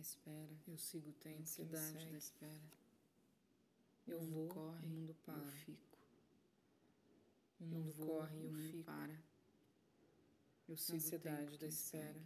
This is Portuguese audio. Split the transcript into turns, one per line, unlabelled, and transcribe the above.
espera.
Eu sigo o tempo que me
ansiedade da
segue.
espera.
Eu
o mundo
vou,
corre,
o mundo para.
Eu fico.
O
Eu
mundo
vou,
corre,
o
eu
mundo
fico.
para.
Eu sigo o
ansiedade
tempo que
da
me
espera.
segue.